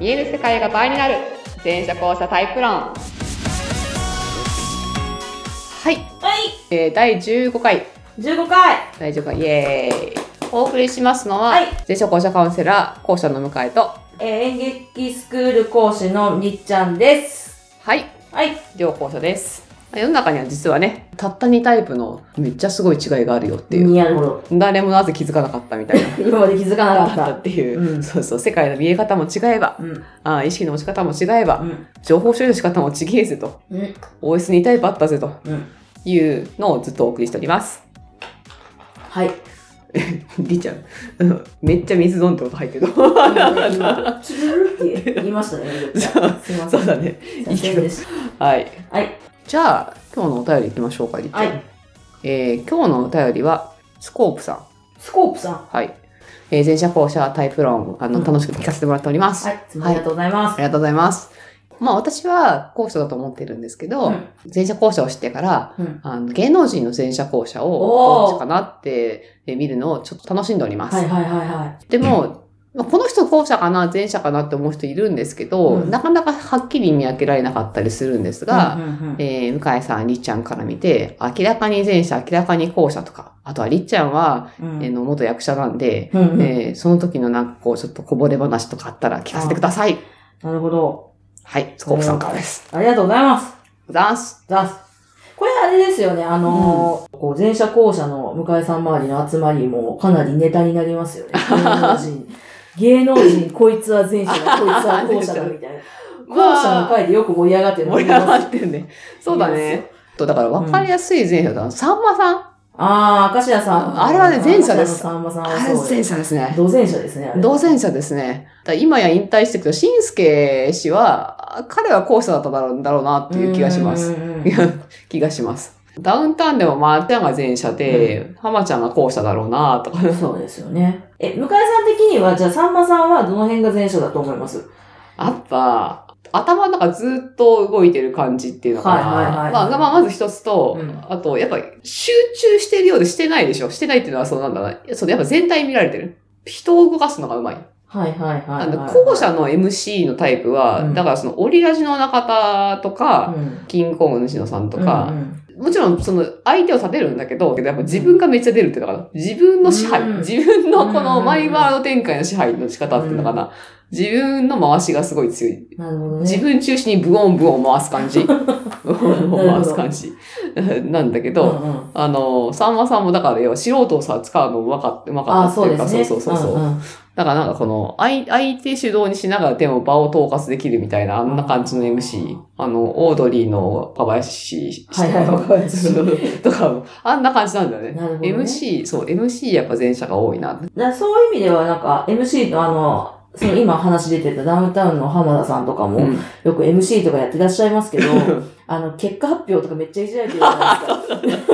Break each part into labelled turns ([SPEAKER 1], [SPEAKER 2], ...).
[SPEAKER 1] 見える世界が倍になる全社交社タイプ論はい、
[SPEAKER 2] はい
[SPEAKER 1] えー第15回
[SPEAKER 2] 15回
[SPEAKER 1] 第15回イエーイお送りしますのは、
[SPEAKER 2] はい
[SPEAKER 1] 全社交社カウンセラー校舎の向井と
[SPEAKER 2] えー演劇スクール講師のりっちゃんです。
[SPEAKER 1] はい
[SPEAKER 2] はい。
[SPEAKER 1] 両校舎です世の中には実はねたった2タイプのめっちゃすごい違いがあるよっていう、
[SPEAKER 2] なるほど。
[SPEAKER 1] 誰もなぜ気づかなかったみたい な
[SPEAKER 2] 今まで気づか
[SPEAKER 1] だ
[SPEAKER 2] なか
[SPEAKER 1] っ
[SPEAKER 2] ったた。
[SPEAKER 1] っていう、
[SPEAKER 2] うん
[SPEAKER 1] そうそう世界の見え方も違えば
[SPEAKER 2] うん。
[SPEAKER 1] あー意識の持ち方も違えば、
[SPEAKER 2] ん。
[SPEAKER 1] 情報処理の仕方も違えぜと
[SPEAKER 2] うん。
[SPEAKER 1] OS2 タイプあったぜと
[SPEAKER 2] うん。
[SPEAKER 1] いうのをずっとお送りしております。
[SPEAKER 2] はい。
[SPEAKER 1] りちゃん、うんめっちゃ水飲んで音入ってるそ
[SPEAKER 2] 今、つるるって言いましたね、りっちゃんすいません。
[SPEAKER 1] うだね。
[SPEAKER 2] すいませんでし
[SPEAKER 1] はい。
[SPEAKER 2] た。はい。
[SPEAKER 1] じゃあ、今日のお便り行きましょうか、りっちゃん。
[SPEAKER 2] はい。
[SPEAKER 1] えー今日のお便りは、スコープさん。
[SPEAKER 2] スコープさん。
[SPEAKER 1] はい。えー、前者後者タイプ論、あの、
[SPEAKER 2] うん
[SPEAKER 1] 楽しく聞かせてもらっております。
[SPEAKER 2] はい。いつもありがとうございま
[SPEAKER 1] あ
[SPEAKER 2] す。
[SPEAKER 1] りがとうございます。まあ私は後者だと思ってるんですけど、
[SPEAKER 2] うん
[SPEAKER 1] 前者後者を知ってから、
[SPEAKER 2] うん
[SPEAKER 1] あの芸能人の前者後者を
[SPEAKER 2] お
[SPEAKER 1] ど
[SPEAKER 2] ー
[SPEAKER 1] っちかなってえー見るのをちょっと楽しんでおります。
[SPEAKER 2] はいはいはいは
[SPEAKER 1] でも、まあこの人後者かな、前者かなって思う人いるんですけど、
[SPEAKER 2] うん
[SPEAKER 1] なかなかはっきり見分けられなかったりするんです
[SPEAKER 2] い。
[SPEAKER 1] が、
[SPEAKER 2] うんうんうん
[SPEAKER 1] えー向井さん、りっちゃんから見て、明らかに前者、明らかに後者とか、あとはりっちゃんは、
[SPEAKER 2] うん
[SPEAKER 1] えーの元役者なんで、
[SPEAKER 2] うんうん
[SPEAKER 1] えーその時のなんかこう、ちょっとこぼれ話とかあったら聞かせてください。
[SPEAKER 2] なるほど。
[SPEAKER 1] はい、スコープさんからです。
[SPEAKER 2] ありがとうございます。
[SPEAKER 1] ダンス。
[SPEAKER 2] ざっす。これあれですよね、あのーこう前者後者の向井さん周りの集まりもかなりネタになります よね。芸能人。芸能人、こいつは前者だ、こいつは後者だ、みたいな。後者の
[SPEAKER 1] まあ
[SPEAKER 2] 回でよく盛り上がってるの
[SPEAKER 1] 盛り上がってるね。そうだね。。と、だから分かりやすい前者だな。さんまさん。
[SPEAKER 2] ああ、明石家さん。
[SPEAKER 1] あれはね前者です
[SPEAKER 2] 明石家さんまさんは
[SPEAKER 1] あれ
[SPEAKER 2] そう
[SPEAKER 1] 前
[SPEAKER 2] です。
[SPEAKER 1] 者ですね。
[SPEAKER 2] 同前者ですね、あれ
[SPEAKER 1] 同前者ですね。だから今や引退していくと、しんすけ氏は、あ彼は後者だっただろうだろうなっていう気がします。
[SPEAKER 2] うんうんうん。
[SPEAKER 1] 気がします。ダウンタウンでもまーちゃんが前者で、浜ちゃんが後者だろうなとか。
[SPEAKER 2] そうですよね。え、向井さん的には、じゃあさんまさんはどの辺が前者だと思います
[SPEAKER 1] やっぱ、頭の中ずっと動いてる感じっていうのかな。
[SPEAKER 2] はいはいはい
[SPEAKER 1] まあ、まあまず一つと、
[SPEAKER 2] うん
[SPEAKER 1] あと、やっぱり集中してるようでしてないでしょ。してないっていうのはそうなんだな。そう、やっぱ全体見られてる。人を動かすのがうまい。
[SPEAKER 2] はいはいはいはい。
[SPEAKER 1] あの、後者の MC のタイプは、
[SPEAKER 2] うん
[SPEAKER 1] だからその、オリラジの中田とか、
[SPEAKER 2] うん
[SPEAKER 1] キングコングの西野さんと
[SPEAKER 2] うん
[SPEAKER 1] か、
[SPEAKER 2] うん
[SPEAKER 1] もちろんその相手を立てるんだけど、けどやっぱ自分がめっちゃ出るっていうのかな。自分の支配、
[SPEAKER 2] うん
[SPEAKER 1] 自分のこ
[SPEAKER 2] うんうん
[SPEAKER 1] の
[SPEAKER 2] うん
[SPEAKER 1] マイワード展開の支配の仕方っていうのかな。自分の回しがすごい強い。
[SPEAKER 2] なるほどね。
[SPEAKER 1] 自分中心にブオンブオン回す感 じ。ブオン回す感じ。 なんだけど、
[SPEAKER 2] うんうん
[SPEAKER 1] あの、さんまさんもだから要は素人をさ、使うのうまかった、うまかっ
[SPEAKER 2] ああ、
[SPEAKER 1] た
[SPEAKER 2] そ
[SPEAKER 1] っ
[SPEAKER 2] う
[SPEAKER 1] てい
[SPEAKER 2] で
[SPEAKER 1] うか、
[SPEAKER 2] すね。
[SPEAKER 1] そうそうそうそう。
[SPEAKER 2] んん
[SPEAKER 1] だからなんかこの、相相手主導にしながらでも場を統括できるみたいな、あんな感じの MC。あの、オードリーの若林
[SPEAKER 2] はいはい、わかりました。だか
[SPEAKER 1] とかも、あんな感じなんだよね。
[SPEAKER 2] なるほどね
[SPEAKER 1] MC、そう、MC やっぱ前者が多いな。
[SPEAKER 2] らそういう意味では、なんか、MC のあの、その今話出てたダウンタウンの浜田さんとかも、
[SPEAKER 1] うん
[SPEAKER 2] よく MC とかやってらっしゃいますけど、あの、結果発表とかめっちゃいじられてるじゃな いですか。だか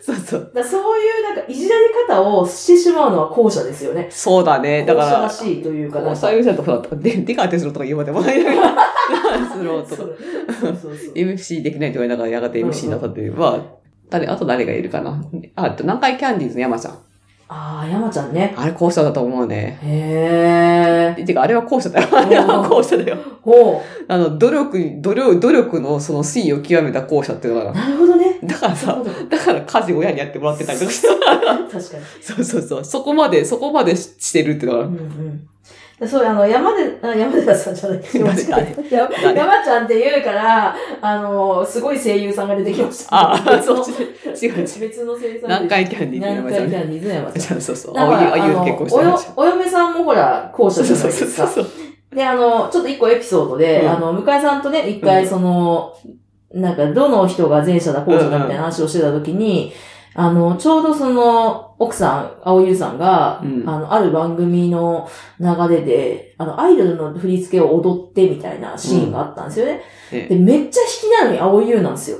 [SPEAKER 1] そうそう。
[SPEAKER 2] らそういうなんか、いじられ方をしてしまうのは後者ですよね。
[SPEAKER 1] そうだね。だ
[SPEAKER 2] 後
[SPEAKER 1] か
[SPEAKER 2] 者ら
[SPEAKER 1] ら、
[SPEAKER 2] しいというか、
[SPEAKER 1] お
[SPEAKER 2] なんか
[SPEAKER 1] さゆさんとかだったら、でデカーテスロとか言うまでもないのに、ダンスローと
[SPEAKER 2] そ
[SPEAKER 1] か。
[SPEAKER 2] うそうそうそう
[SPEAKER 1] MC できないとか言いながらやがて MC になったという、まあ、誰、あと誰がいるかな。あ、あと南海キャンディーズの山ちゃん。
[SPEAKER 2] ああ、山ちゃんね。
[SPEAKER 1] あれ後者だと思うね。
[SPEAKER 2] へえ。
[SPEAKER 1] てか、あれは後者だよ。あれは後者だよ。
[SPEAKER 2] ほ
[SPEAKER 1] あの、努力、努力、努力のその推移を極めた後者っていうの
[SPEAKER 2] う。
[SPEAKER 1] が、
[SPEAKER 2] なるほどね。
[SPEAKER 1] だから
[SPEAKER 2] そ
[SPEAKER 1] さ
[SPEAKER 2] ういう、こと
[SPEAKER 1] だから家事親にやってもらってたりとかして、
[SPEAKER 2] 確かに。
[SPEAKER 1] そうそうそう、そこまで、そこまでししてるっていうのが、
[SPEAKER 2] うんうんでそう、あの、山で、 あ山寺さんじゃない、間違えたや
[SPEAKER 1] 誰
[SPEAKER 2] 山ちゃんって言うから、あの、すごい声優さんが出てきました。
[SPEAKER 1] ああ、
[SPEAKER 2] 別
[SPEAKER 1] そ
[SPEAKER 2] の
[SPEAKER 1] っち、違う違う。
[SPEAKER 2] 別の声優さん
[SPEAKER 1] 南
[SPEAKER 2] で。
[SPEAKER 1] 海キャンディーって名
[SPEAKER 2] 何
[SPEAKER 1] 前じゃ
[SPEAKER 2] 回
[SPEAKER 1] ん
[SPEAKER 2] キ
[SPEAKER 1] ね。
[SPEAKER 2] ャンディーズの山ちゃん。
[SPEAKER 1] そうそうそう。
[SPEAKER 2] だ
[SPEAKER 1] あ
[SPEAKER 2] から
[SPEAKER 1] あいう、ああい
[SPEAKER 2] あ
[SPEAKER 1] う
[SPEAKER 2] の
[SPEAKER 1] 結婚した話。
[SPEAKER 2] およお嫁さんもほら、後
[SPEAKER 1] そ
[SPEAKER 2] 者
[SPEAKER 1] う
[SPEAKER 2] じ
[SPEAKER 1] そ
[SPEAKER 2] ゃないうです
[SPEAKER 1] そう
[SPEAKER 2] か。
[SPEAKER 1] そう。
[SPEAKER 2] で、あの、ちょっと一個エピソードで、
[SPEAKER 1] うん
[SPEAKER 2] あの、向井さんとね、一回その、なんか、どの人が前者だ、後者だみたいな話をしてた時に、あの、ちょうどその、奥さん、青優さんが、
[SPEAKER 1] うん
[SPEAKER 2] あの、ある番組の流れで、あの、アイドルの振り付けを踊ってみたいなシーンがあったんですよね。
[SPEAKER 1] ね
[SPEAKER 2] で、めっちゃ引きなのに青優なんですよ。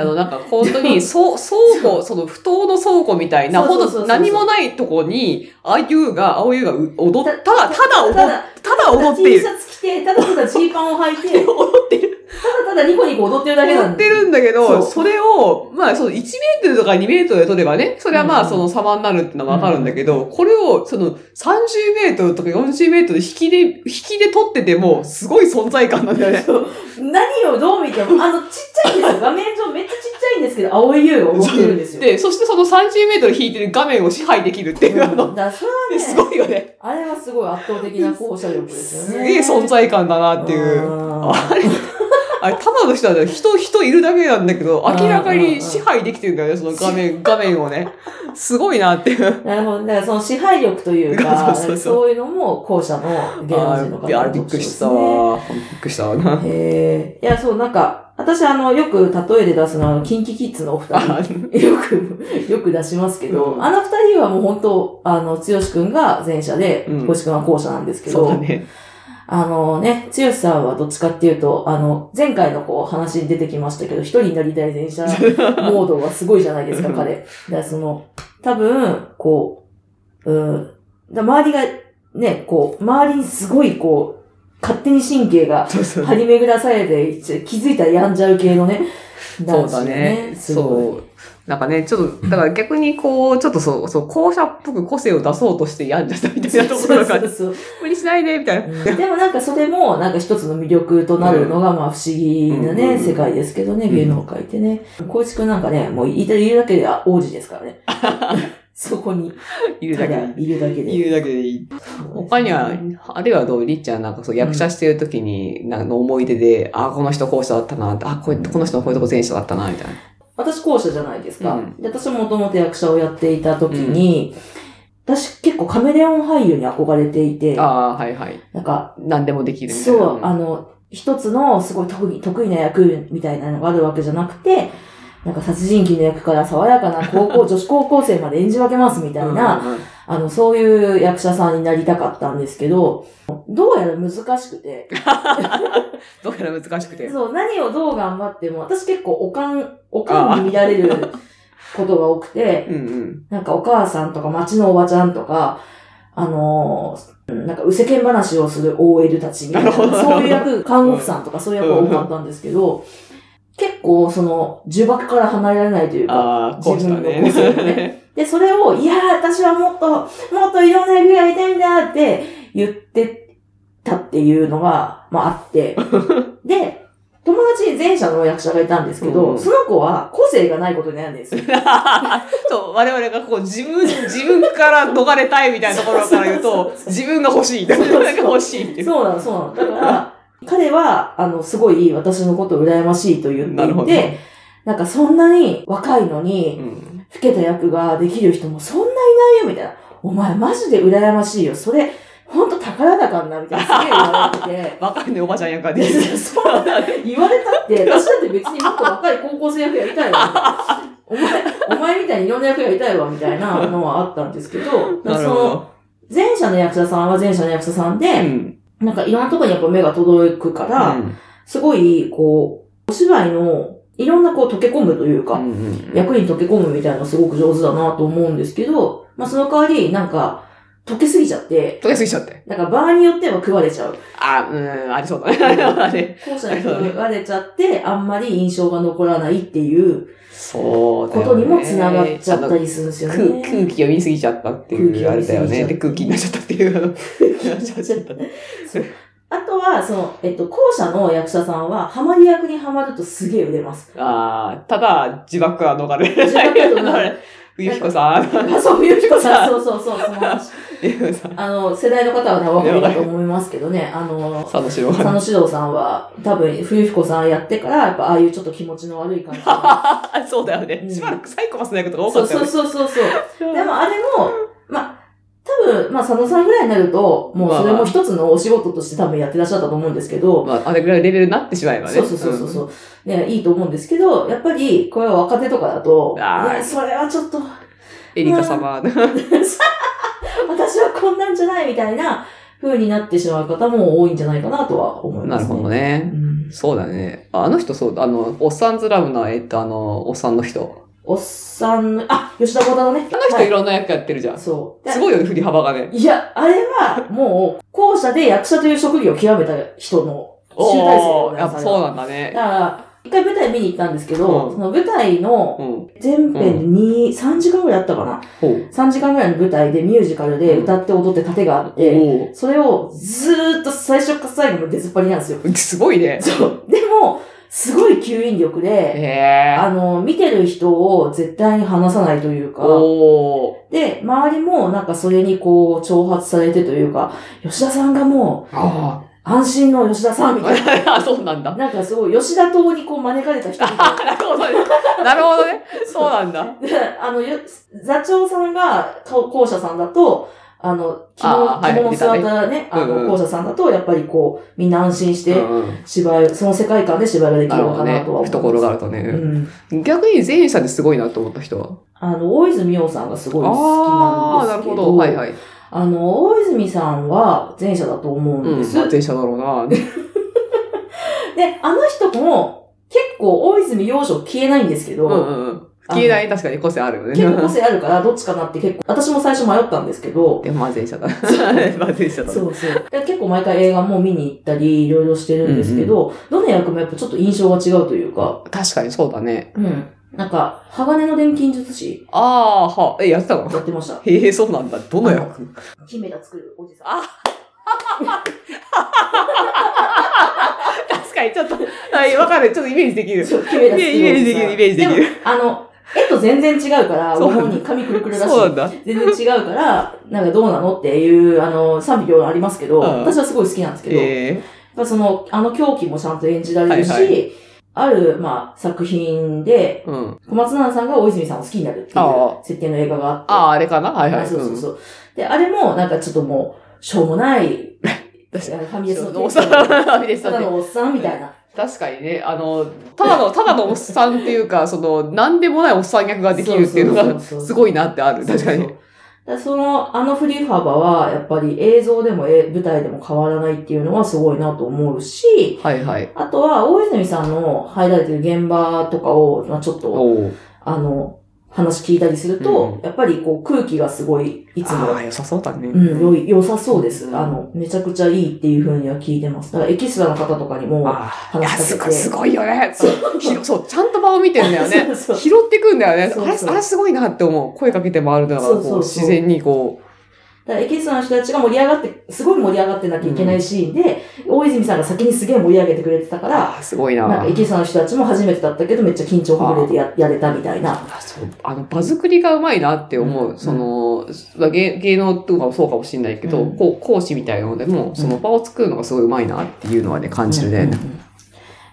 [SPEAKER 1] あの、なんか、本当 に、そう、倉庫、その、不当の倉庫みたいな、
[SPEAKER 2] そう
[SPEAKER 1] ほ
[SPEAKER 2] そ
[SPEAKER 1] ん
[SPEAKER 2] うそうそう
[SPEAKER 1] と何もないとこに、あゆが、青ゆがう踊った、ただ踊った
[SPEAKER 2] だ、
[SPEAKER 1] ただ踊ってい
[SPEAKER 2] T
[SPEAKER 1] る
[SPEAKER 2] シ。ャツ着て、ただただジーパンを履いて、た
[SPEAKER 1] 踊ってる。
[SPEAKER 2] だただニコニコ踊ってるだけな
[SPEAKER 1] 踊
[SPEAKER 2] ん
[SPEAKER 1] っ
[SPEAKER 2] で
[SPEAKER 1] て
[SPEAKER 2] すよ。
[SPEAKER 1] るんだけど、
[SPEAKER 2] そ
[SPEAKER 1] それを、まあ、その1メートルとか2メートルで取ればね、それはま
[SPEAKER 2] う
[SPEAKER 1] あ、
[SPEAKER 2] ん
[SPEAKER 1] その様になるってのはわかるんだけど、これを、その30メートルとか40メートル引きで、引きで取ってても、すごい存在感なんだよね。
[SPEAKER 2] 何をどう見ても、あの、ちっちゃいんですよ。画面上めっちゃちっちゃいんですけど、青い優が踊ってるんですよ。
[SPEAKER 1] で、そしてその30メートル引いてる画面を支配できるっていう、あ
[SPEAKER 2] うん、だ
[SPEAKER 1] の、
[SPEAKER 2] からそれはね、
[SPEAKER 1] すごいよね。
[SPEAKER 2] あれはすごい圧倒的な校舎力です
[SPEAKER 1] す
[SPEAKER 2] よ
[SPEAKER 1] げえ
[SPEAKER 2] ね。
[SPEAKER 1] 存在感だなっていう。
[SPEAKER 2] あー
[SPEAKER 1] あれ、あれ、ただの人はね、人、人いるだけなんだけど、
[SPEAKER 2] うん
[SPEAKER 1] 明らかに支配できてるんだよね、その画面、画面をね。すごいなっていう。
[SPEAKER 2] なるほど。だからその支配力というか、
[SPEAKER 1] そうそうそう
[SPEAKER 2] そういうのも校舎の芸能人の方の特徴ですね
[SPEAKER 1] あれびっくりしたわ。びっくりしたわな。
[SPEAKER 2] へえ。いや、そう、なんか、私、あの、よく例えで出すのは、あの、キンキキッズのお二人。
[SPEAKER 1] あ
[SPEAKER 2] よく、 よく出しますけど、
[SPEAKER 1] うん
[SPEAKER 2] あの二人はもう本当、あの、剛くんが前者で、
[SPEAKER 1] うん
[SPEAKER 2] 小石くんは後者なんですけ
[SPEAKER 1] そ
[SPEAKER 2] ど、
[SPEAKER 1] うだね。
[SPEAKER 2] あのね、剛さんはどっちかっていうと、あの、前回のこう話に出てきましたけど、一人になりた い前者モードがすごいじゃないですか、
[SPEAKER 1] うん
[SPEAKER 2] 彼。だからその、多分、こう、うん、だから周りが、ね、こう、周りにすごいこう、勝手に神経が
[SPEAKER 1] そうそう
[SPEAKER 2] 張り巡らされていて、気づいたら病んじゃう系のね、
[SPEAKER 1] そうだ
[SPEAKER 2] 男子が
[SPEAKER 1] ね。
[SPEAKER 2] すごい
[SPEAKER 1] そう。なんかね、ちょっと、だから逆にこう、ちょっとそう、そう、校舎っぽく個性を出そうとしてやんじゃったみたいなところが
[SPEAKER 2] そう、そうそう
[SPEAKER 1] 無理しないで、みたいな。
[SPEAKER 2] うんでもなんかそれもなんか一つの魅力となるのがまあ不思議なね、
[SPEAKER 1] うん
[SPEAKER 2] 世界ですけどね、
[SPEAKER 1] うん
[SPEAKER 2] 芸能界ってね。光一くんなんかね、もういたいるだけであ王子ですから ね。そこに、
[SPEAKER 1] いる
[SPEAKER 2] た
[SPEAKER 1] だけ
[SPEAKER 2] だ
[SPEAKER 1] で。
[SPEAKER 2] いるだけ
[SPEAKER 1] い
[SPEAKER 2] で。
[SPEAKER 1] るだけでいい。他には、あるいはどう、りっちゃんなんかそう、役者してる時に、なんか思い出で、あ、この人校舎だったな、あ、こうこの人のこういうとこ前者だったな、みたいな。
[SPEAKER 2] 私校舎じゃないですか。
[SPEAKER 1] うん
[SPEAKER 2] で私もともと役者をやっていた時に、私結構カメレオン俳優に憧れていて、な
[SPEAKER 1] ああー、はいはい。
[SPEAKER 2] んか
[SPEAKER 1] 何でもできるみたいな。
[SPEAKER 2] そう、あの、一つのすごい特技、得意な役みたいなのがあるわけじゃなくて、なんか殺人鬼の役から爽や かな高校、女子高校生まで演じ分けますみたいな、
[SPEAKER 1] うんうんうん
[SPEAKER 2] あの、そういう役者さんになりたかったんですけど、どうやら難しくて、
[SPEAKER 1] どうやら難しくて。
[SPEAKER 2] そう、何をどう頑張っても、私結構おかん、おかんに見られることが多くて、
[SPEAKER 1] うんうん。
[SPEAKER 2] なんかお母さんとか町のおばちゃんとか、あのーなんか、うせけん話をする OL たちみたいな、
[SPEAKER 1] なるほど
[SPEAKER 2] そういう役、看護婦さんとかそういう役が多かったんですけど、結構、その、呪縛から離れられないというか、
[SPEAKER 1] ああ、こうしたね。
[SPEAKER 2] 自分の個性をねで、それを、いやー、私はもっと、もっといろんな役やりたいんだって言ってたっていうのが、まああ って、で、友達に前者の役者がいたんですけど、
[SPEAKER 1] うん
[SPEAKER 2] その子は個性がないことに悩んでるんですよ。
[SPEAKER 1] そう、我々がこう自分、自分から逃れたいみたいなところから言う
[SPEAKER 2] そうそう
[SPEAKER 1] と
[SPEAKER 2] そう、
[SPEAKER 1] 自分が欲しい。自分が欲しいっていう。
[SPEAKER 2] そうなの、そうなの。だから、彼は、あの、すごい私のことを羨ましいと言
[SPEAKER 1] なる
[SPEAKER 2] ってい
[SPEAKER 1] ほど
[SPEAKER 2] て、なんかそんなに若いの
[SPEAKER 1] う
[SPEAKER 2] に、
[SPEAKER 1] ん
[SPEAKER 2] 老けた役ができる人もそんないないよ、みたいな。お前マジで羨ましいよ。それ、ほんと宝だからな、みたいな。すげえ言われて
[SPEAKER 1] 若いね、おばちゃん役ができる。
[SPEAKER 2] て。そうだ 言われたって、私だって別にもっと若い高校生役やりたいわ。お前、お前みたいにいろんな役やりたいわ、みたいなのはあったんですけど、
[SPEAKER 1] な
[SPEAKER 2] そ
[SPEAKER 1] るほ
[SPEAKER 2] の、
[SPEAKER 1] ど。
[SPEAKER 2] 前者の役者さんは前者の役者さんで、
[SPEAKER 1] うん。
[SPEAKER 2] なんかいろんなとこにやっぱ目が届くから、
[SPEAKER 1] うん
[SPEAKER 2] すごい、こう、お芝居のいろんなこう溶け込むというか、
[SPEAKER 1] うん
[SPEAKER 2] 役に溶け込むみたいなのすごく上手だなと思うんですけど、まあその代わり、なんか、溶けすぎちゃって、
[SPEAKER 1] 溶けすぎちゃって。
[SPEAKER 2] なんか場合によっては食われちゃう。
[SPEAKER 1] あ、うん、ありそうだね。あれはね。
[SPEAKER 2] 後者に食われちゃって、あんまり印象が残らないっていう
[SPEAKER 1] そうだ
[SPEAKER 2] こ
[SPEAKER 1] よね。
[SPEAKER 2] とにも繋がっちゃった
[SPEAKER 1] あの
[SPEAKER 2] りするんですよ
[SPEAKER 1] 空
[SPEAKER 2] ね。
[SPEAKER 1] 空気読みすぎちゃったっていう、あ
[SPEAKER 2] 空気読み
[SPEAKER 1] れ
[SPEAKER 2] すぎ
[SPEAKER 1] だ
[SPEAKER 2] ちゃ
[SPEAKER 1] よ
[SPEAKER 2] った
[SPEAKER 1] ね。で、空気になっちゃったっていう、あの、
[SPEAKER 2] 気になっちゃった
[SPEAKER 1] ね。
[SPEAKER 2] あとは、その、えっと、後者の役者さんは、ハマり役にハマるとすげえ売 れます。
[SPEAKER 1] ああ、ただ、自爆は逃れられ
[SPEAKER 2] 自
[SPEAKER 1] な
[SPEAKER 2] 爆
[SPEAKER 1] い。
[SPEAKER 2] は逃れら れ
[SPEAKER 1] 冬彦さん。
[SPEAKER 2] あそう、ゆうきこさん、そうそうそう、その話。
[SPEAKER 1] 冬彦さん。
[SPEAKER 2] あの、世代の方はね、お分かりだと思いますけどね、あの、
[SPEAKER 1] 佐野史郎
[SPEAKER 2] 佐野史郎さんは、多分、冬彦さんやってから、やっぱ、ああいうちょっと気持ちの悪い感じが。
[SPEAKER 1] あそうだよ
[SPEAKER 2] う
[SPEAKER 1] ね。
[SPEAKER 2] ん
[SPEAKER 1] しばらくサイコパスの役とか多
[SPEAKER 2] そ
[SPEAKER 1] か
[SPEAKER 2] う
[SPEAKER 1] ったよ
[SPEAKER 2] そう
[SPEAKER 1] ね。
[SPEAKER 2] そうそうそう。
[SPEAKER 1] うん
[SPEAKER 2] でも、あれも、まあ、多分、まあ、佐野さんぐらいになると、もうそれも一つのお仕事として多分やってらっしゃったと思うんですけど、
[SPEAKER 1] まあ、あれぐらいのレベルになってしまえばね。
[SPEAKER 2] そうそうそうそうそう、ね、いいと思うんですけど、やっぱり、これは若手とかだと、
[SPEAKER 1] あー
[SPEAKER 2] ね、それはちょっと、
[SPEAKER 1] エリカ様。
[SPEAKER 2] 私はこんなんじゃないみたいな風になってしまう方も多いんじゃないかなとは思いま
[SPEAKER 1] な
[SPEAKER 2] す
[SPEAKER 1] る
[SPEAKER 2] ね。
[SPEAKER 1] ほど
[SPEAKER 2] う
[SPEAKER 1] ね。
[SPEAKER 2] ん
[SPEAKER 1] そうだね。あの人そう、あの、おっさんずラブの、えっと、あの、おっさんの人。
[SPEAKER 2] おっさんの、あ、吉田鋼太のね。
[SPEAKER 1] あの
[SPEAKER 2] は
[SPEAKER 1] 人いろんな役やってるじゃん。
[SPEAKER 2] いそう。です
[SPEAKER 1] ごいよね、振り幅がね。
[SPEAKER 2] いや、あれは、もう、後者で役者という職業を極めた人の集大成
[SPEAKER 1] お
[SPEAKER 2] で
[SPEAKER 1] ー、
[SPEAKER 2] ござい
[SPEAKER 1] や
[SPEAKER 2] ます
[SPEAKER 1] っぱそうなんだね。
[SPEAKER 2] だから、一回舞台見に行ったんですけど、
[SPEAKER 1] うん
[SPEAKER 2] その舞台の
[SPEAKER 1] うん。
[SPEAKER 2] 前編に、3時間ぐらいあったかな
[SPEAKER 1] ほう。
[SPEAKER 2] ?3 時間ぐらいの舞台でミュージカルで歌って踊って盾があって、
[SPEAKER 1] お
[SPEAKER 2] それをずーっと最初から最後まで出ずっぱりなんですよ。
[SPEAKER 1] ー。すごいね。
[SPEAKER 2] そう。でも、すごい吸引力で、
[SPEAKER 1] へー。
[SPEAKER 2] あの、見てる人を絶対に離さないというか、
[SPEAKER 1] おー。
[SPEAKER 2] で、周りもなんかそれにこう、挑発されてというか、吉田さんがも
[SPEAKER 1] あ
[SPEAKER 2] う、安心の吉田さんみた い
[SPEAKER 1] ーあ。そうなん
[SPEAKER 2] な。
[SPEAKER 1] だ。
[SPEAKER 2] なんかすごい、吉田党にこう招かれた人みたいな。
[SPEAKER 1] なるほどね。なるほどね。そうなんだ。
[SPEAKER 2] で あの、よ座長さんが、こ校舎さんだと、あの、着
[SPEAKER 1] あ
[SPEAKER 2] 物
[SPEAKER 1] ーはい
[SPEAKER 2] 着物姿ね、あ
[SPEAKER 1] うんう
[SPEAKER 2] の、
[SPEAKER 1] ん
[SPEAKER 2] 校舎さんだと、やっぱりこう、みんな安心し
[SPEAKER 1] う
[SPEAKER 2] て、
[SPEAKER 1] んうん
[SPEAKER 2] 芝居、その世界観で芝居ができ
[SPEAKER 1] な
[SPEAKER 2] る
[SPEAKER 1] る
[SPEAKER 2] の
[SPEAKER 1] ほ
[SPEAKER 2] か
[SPEAKER 1] ど
[SPEAKER 2] な
[SPEAKER 1] ね
[SPEAKER 2] とは。思います。
[SPEAKER 1] 懐があると
[SPEAKER 2] う
[SPEAKER 1] ね。
[SPEAKER 2] ん。
[SPEAKER 1] 逆に前者ですごいなと思った人は。
[SPEAKER 2] あの、大泉洋さんがすごい好
[SPEAKER 1] ああ
[SPEAKER 2] き
[SPEAKER 1] ー、
[SPEAKER 2] な
[SPEAKER 1] なんる
[SPEAKER 2] ですけ
[SPEAKER 1] ほ
[SPEAKER 2] ど、
[SPEAKER 1] ど。はいはい。
[SPEAKER 2] あの、大泉さんは前者だと思うん
[SPEAKER 1] う
[SPEAKER 2] で
[SPEAKER 1] ん。
[SPEAKER 2] す。
[SPEAKER 1] まあ前者だろうな。
[SPEAKER 2] で、あの人も、結構大泉洋書消えないんですけど、
[SPEAKER 1] うんうんうん。消えない、確かに個性あるよね。
[SPEAKER 2] 結構個性あるから、どっちかなって結構、私も最初迷ったんですけど、
[SPEAKER 1] でもまあ前者 だ。まあ前者だ。
[SPEAKER 2] そうそう。で結構毎回映画も見に行ったり、いろいろしてるんですけど、どの役もやっぱちょっと印象が違うというか、
[SPEAKER 1] 確かにそうだね。
[SPEAKER 2] うん。なんか、鋼の錬金術師
[SPEAKER 1] ああ、はあ、え、やってたの
[SPEAKER 2] やってま した。
[SPEAKER 1] へえ、そうなんだ。どの役
[SPEAKER 2] 姫が作るおじさん。
[SPEAKER 1] あ 確かに、ちょっと、はい、わかる。ちょっとイメージできる。
[SPEAKER 2] そう、姫が作るおじさん。
[SPEAKER 1] イメージできるイメージできる
[SPEAKER 2] も。あの、絵と全然違うから、
[SPEAKER 1] そう
[SPEAKER 2] ご本人髪くるくるだし、
[SPEAKER 1] そうなんだ。
[SPEAKER 2] 全然違うから、なんかどうなのっていう、あの、賛否両論ありますけど、
[SPEAKER 1] うん
[SPEAKER 2] 私はすごい好きなんですけど、やっ
[SPEAKER 1] え
[SPEAKER 2] ぱその、あの狂気もちゃんと演じられるし、
[SPEAKER 1] はいは
[SPEAKER 2] ある、まあ、作品
[SPEAKER 1] え
[SPEAKER 2] で、
[SPEAKER 1] うん。
[SPEAKER 2] 小松菜奈さんが大泉さんを好きになるってい
[SPEAKER 1] あ
[SPEAKER 2] う
[SPEAKER 1] あ
[SPEAKER 2] 設定の映画があって、
[SPEAKER 1] ああ、あれかなはいはい。
[SPEAKER 2] そうそうそう。で、あれも、なんかちょっともう、しょうもない、 フ
[SPEAKER 1] 確
[SPEAKER 2] ァミ
[SPEAKER 1] う
[SPEAKER 2] レ
[SPEAKER 1] ん。
[SPEAKER 2] スの
[SPEAKER 1] おっさんのフィレス
[SPEAKER 2] た
[SPEAKER 1] だ
[SPEAKER 2] だ
[SPEAKER 1] ね
[SPEAKER 2] のおっさんみたいな。
[SPEAKER 1] 確かにね、あの、ただの、ただのおっさんっていうか、その、なんでもないおっさん役 ができるっていうのが、すごいなってある。確か
[SPEAKER 2] そう
[SPEAKER 1] に
[SPEAKER 2] そ。う。だからその、あの振り幅は、やっぱり映像でもえ舞台でも変わらないっていうのはすごいなと思うし、
[SPEAKER 1] はいはい。
[SPEAKER 2] あとは、大泉さんの入られてる現場とかを、まあ、ちょっと、
[SPEAKER 1] おお。
[SPEAKER 2] あの、話聞いたりすると、
[SPEAKER 1] う
[SPEAKER 2] やっぱりこう空気がすごい、いつ
[SPEAKER 1] あ
[SPEAKER 2] も
[SPEAKER 1] あ、、良さそうだね。
[SPEAKER 2] うん、良い良さそうです。あの、めちゃくちゃいいっていう風には聞いてます。だからエキストラの方とかにも、
[SPEAKER 1] ああ、いや、
[SPEAKER 2] 話し
[SPEAKER 1] す
[SPEAKER 2] か
[SPEAKER 1] ご
[SPEAKER 2] けて
[SPEAKER 1] い、すごいよね。
[SPEAKER 2] そう
[SPEAKER 1] ひろそう、ちゃんと場を見てんだよね。
[SPEAKER 2] そうそう
[SPEAKER 1] 拾ってくんだよね。
[SPEAKER 2] そう
[SPEAKER 1] あ
[SPEAKER 2] そう
[SPEAKER 1] れ、あれすごいなって思う。声かけて回るのが、
[SPEAKER 2] そうそう
[SPEAKER 1] こう
[SPEAKER 2] そう
[SPEAKER 1] 自然にこ
[SPEAKER 2] だからエキストラの人たちが盛り上がって、すごい盛り上がってなきゃいけないシーンで、大泉さんが先にすげえ盛り上げてくれてたか
[SPEAKER 1] う、
[SPEAKER 2] ら、
[SPEAKER 1] ああ、すごい
[SPEAKER 2] なん
[SPEAKER 1] な
[SPEAKER 2] か。エキストラの人たちも初めてだったけど、めっちゃ緊張ほぐれてややれたみたいな。
[SPEAKER 1] あそうあの場作りがうまいなって思う、
[SPEAKER 2] うん
[SPEAKER 1] そのまあ芸芸能とかもそうかもしれないけど、
[SPEAKER 2] うん
[SPEAKER 1] こう講師みたいなのでもその場を作るのがすごいうまいなっていうのはね感じるね、
[SPEAKER 2] うんうんうん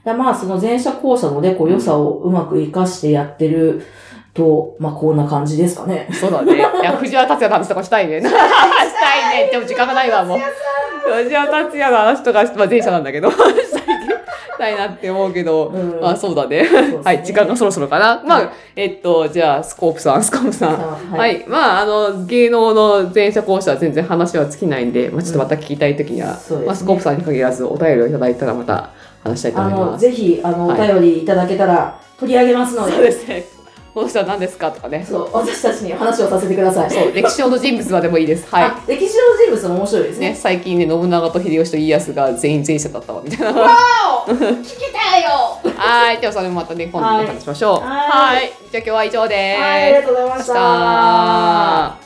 [SPEAKER 2] だまあ、その前者後者のね、こう、良さをうまく活かしてやってると、まあ、こんな感じですかね。
[SPEAKER 1] そうだ ねいや藤原竜也の話とかしたいねしたいねでも時間がないわもう藤原竜也の話とか、まあ、前者なんだけ どしたいけどしたいなって思うけど、
[SPEAKER 2] うん
[SPEAKER 1] まあそうだね
[SPEAKER 2] ね
[SPEAKER 1] はい時間がそろそろかな、ま
[SPEAKER 2] は
[SPEAKER 1] あえっとじゃあスコープさんスコープさん
[SPEAKER 2] さあ
[SPEAKER 1] は
[SPEAKER 2] はい。
[SPEAKER 1] い、まあ、あの、芸能の前者後者は全然話は尽きないんで、まあ、ちょっとまた聞きたいときには、
[SPEAKER 2] そうですね
[SPEAKER 1] まあ、スコープさんに限らずお便りをいただいたらまた話したいと
[SPEAKER 2] あ
[SPEAKER 1] 思い
[SPEAKER 2] の、
[SPEAKER 1] ます。
[SPEAKER 2] ぜひ、あの、お
[SPEAKER 1] はい
[SPEAKER 2] 便りいただけたら取り上げますの
[SPEAKER 1] そう
[SPEAKER 2] で、
[SPEAKER 1] ですね。この人は何ですかとかね。
[SPEAKER 2] そう、私たちに話をさせてください。
[SPEAKER 1] そう、歴史上の人物までもいいです。は
[SPEAKER 2] あ歴史上の人物も面白いです
[SPEAKER 1] い。
[SPEAKER 2] ね。
[SPEAKER 1] ね、最近ね、信長と秀吉と家康が全員前者だったわ、み たいな。
[SPEAKER 2] 聞きたいよは
[SPEAKER 1] はい。では、それもまたね、今度ね
[SPEAKER 2] はい
[SPEAKER 1] 話しましょう。
[SPEAKER 2] は
[SPEAKER 1] はいい。じゃあ今日は以上で
[SPEAKER 2] い、
[SPEAKER 1] す。
[SPEAKER 2] ありがとうございました。
[SPEAKER 1] ました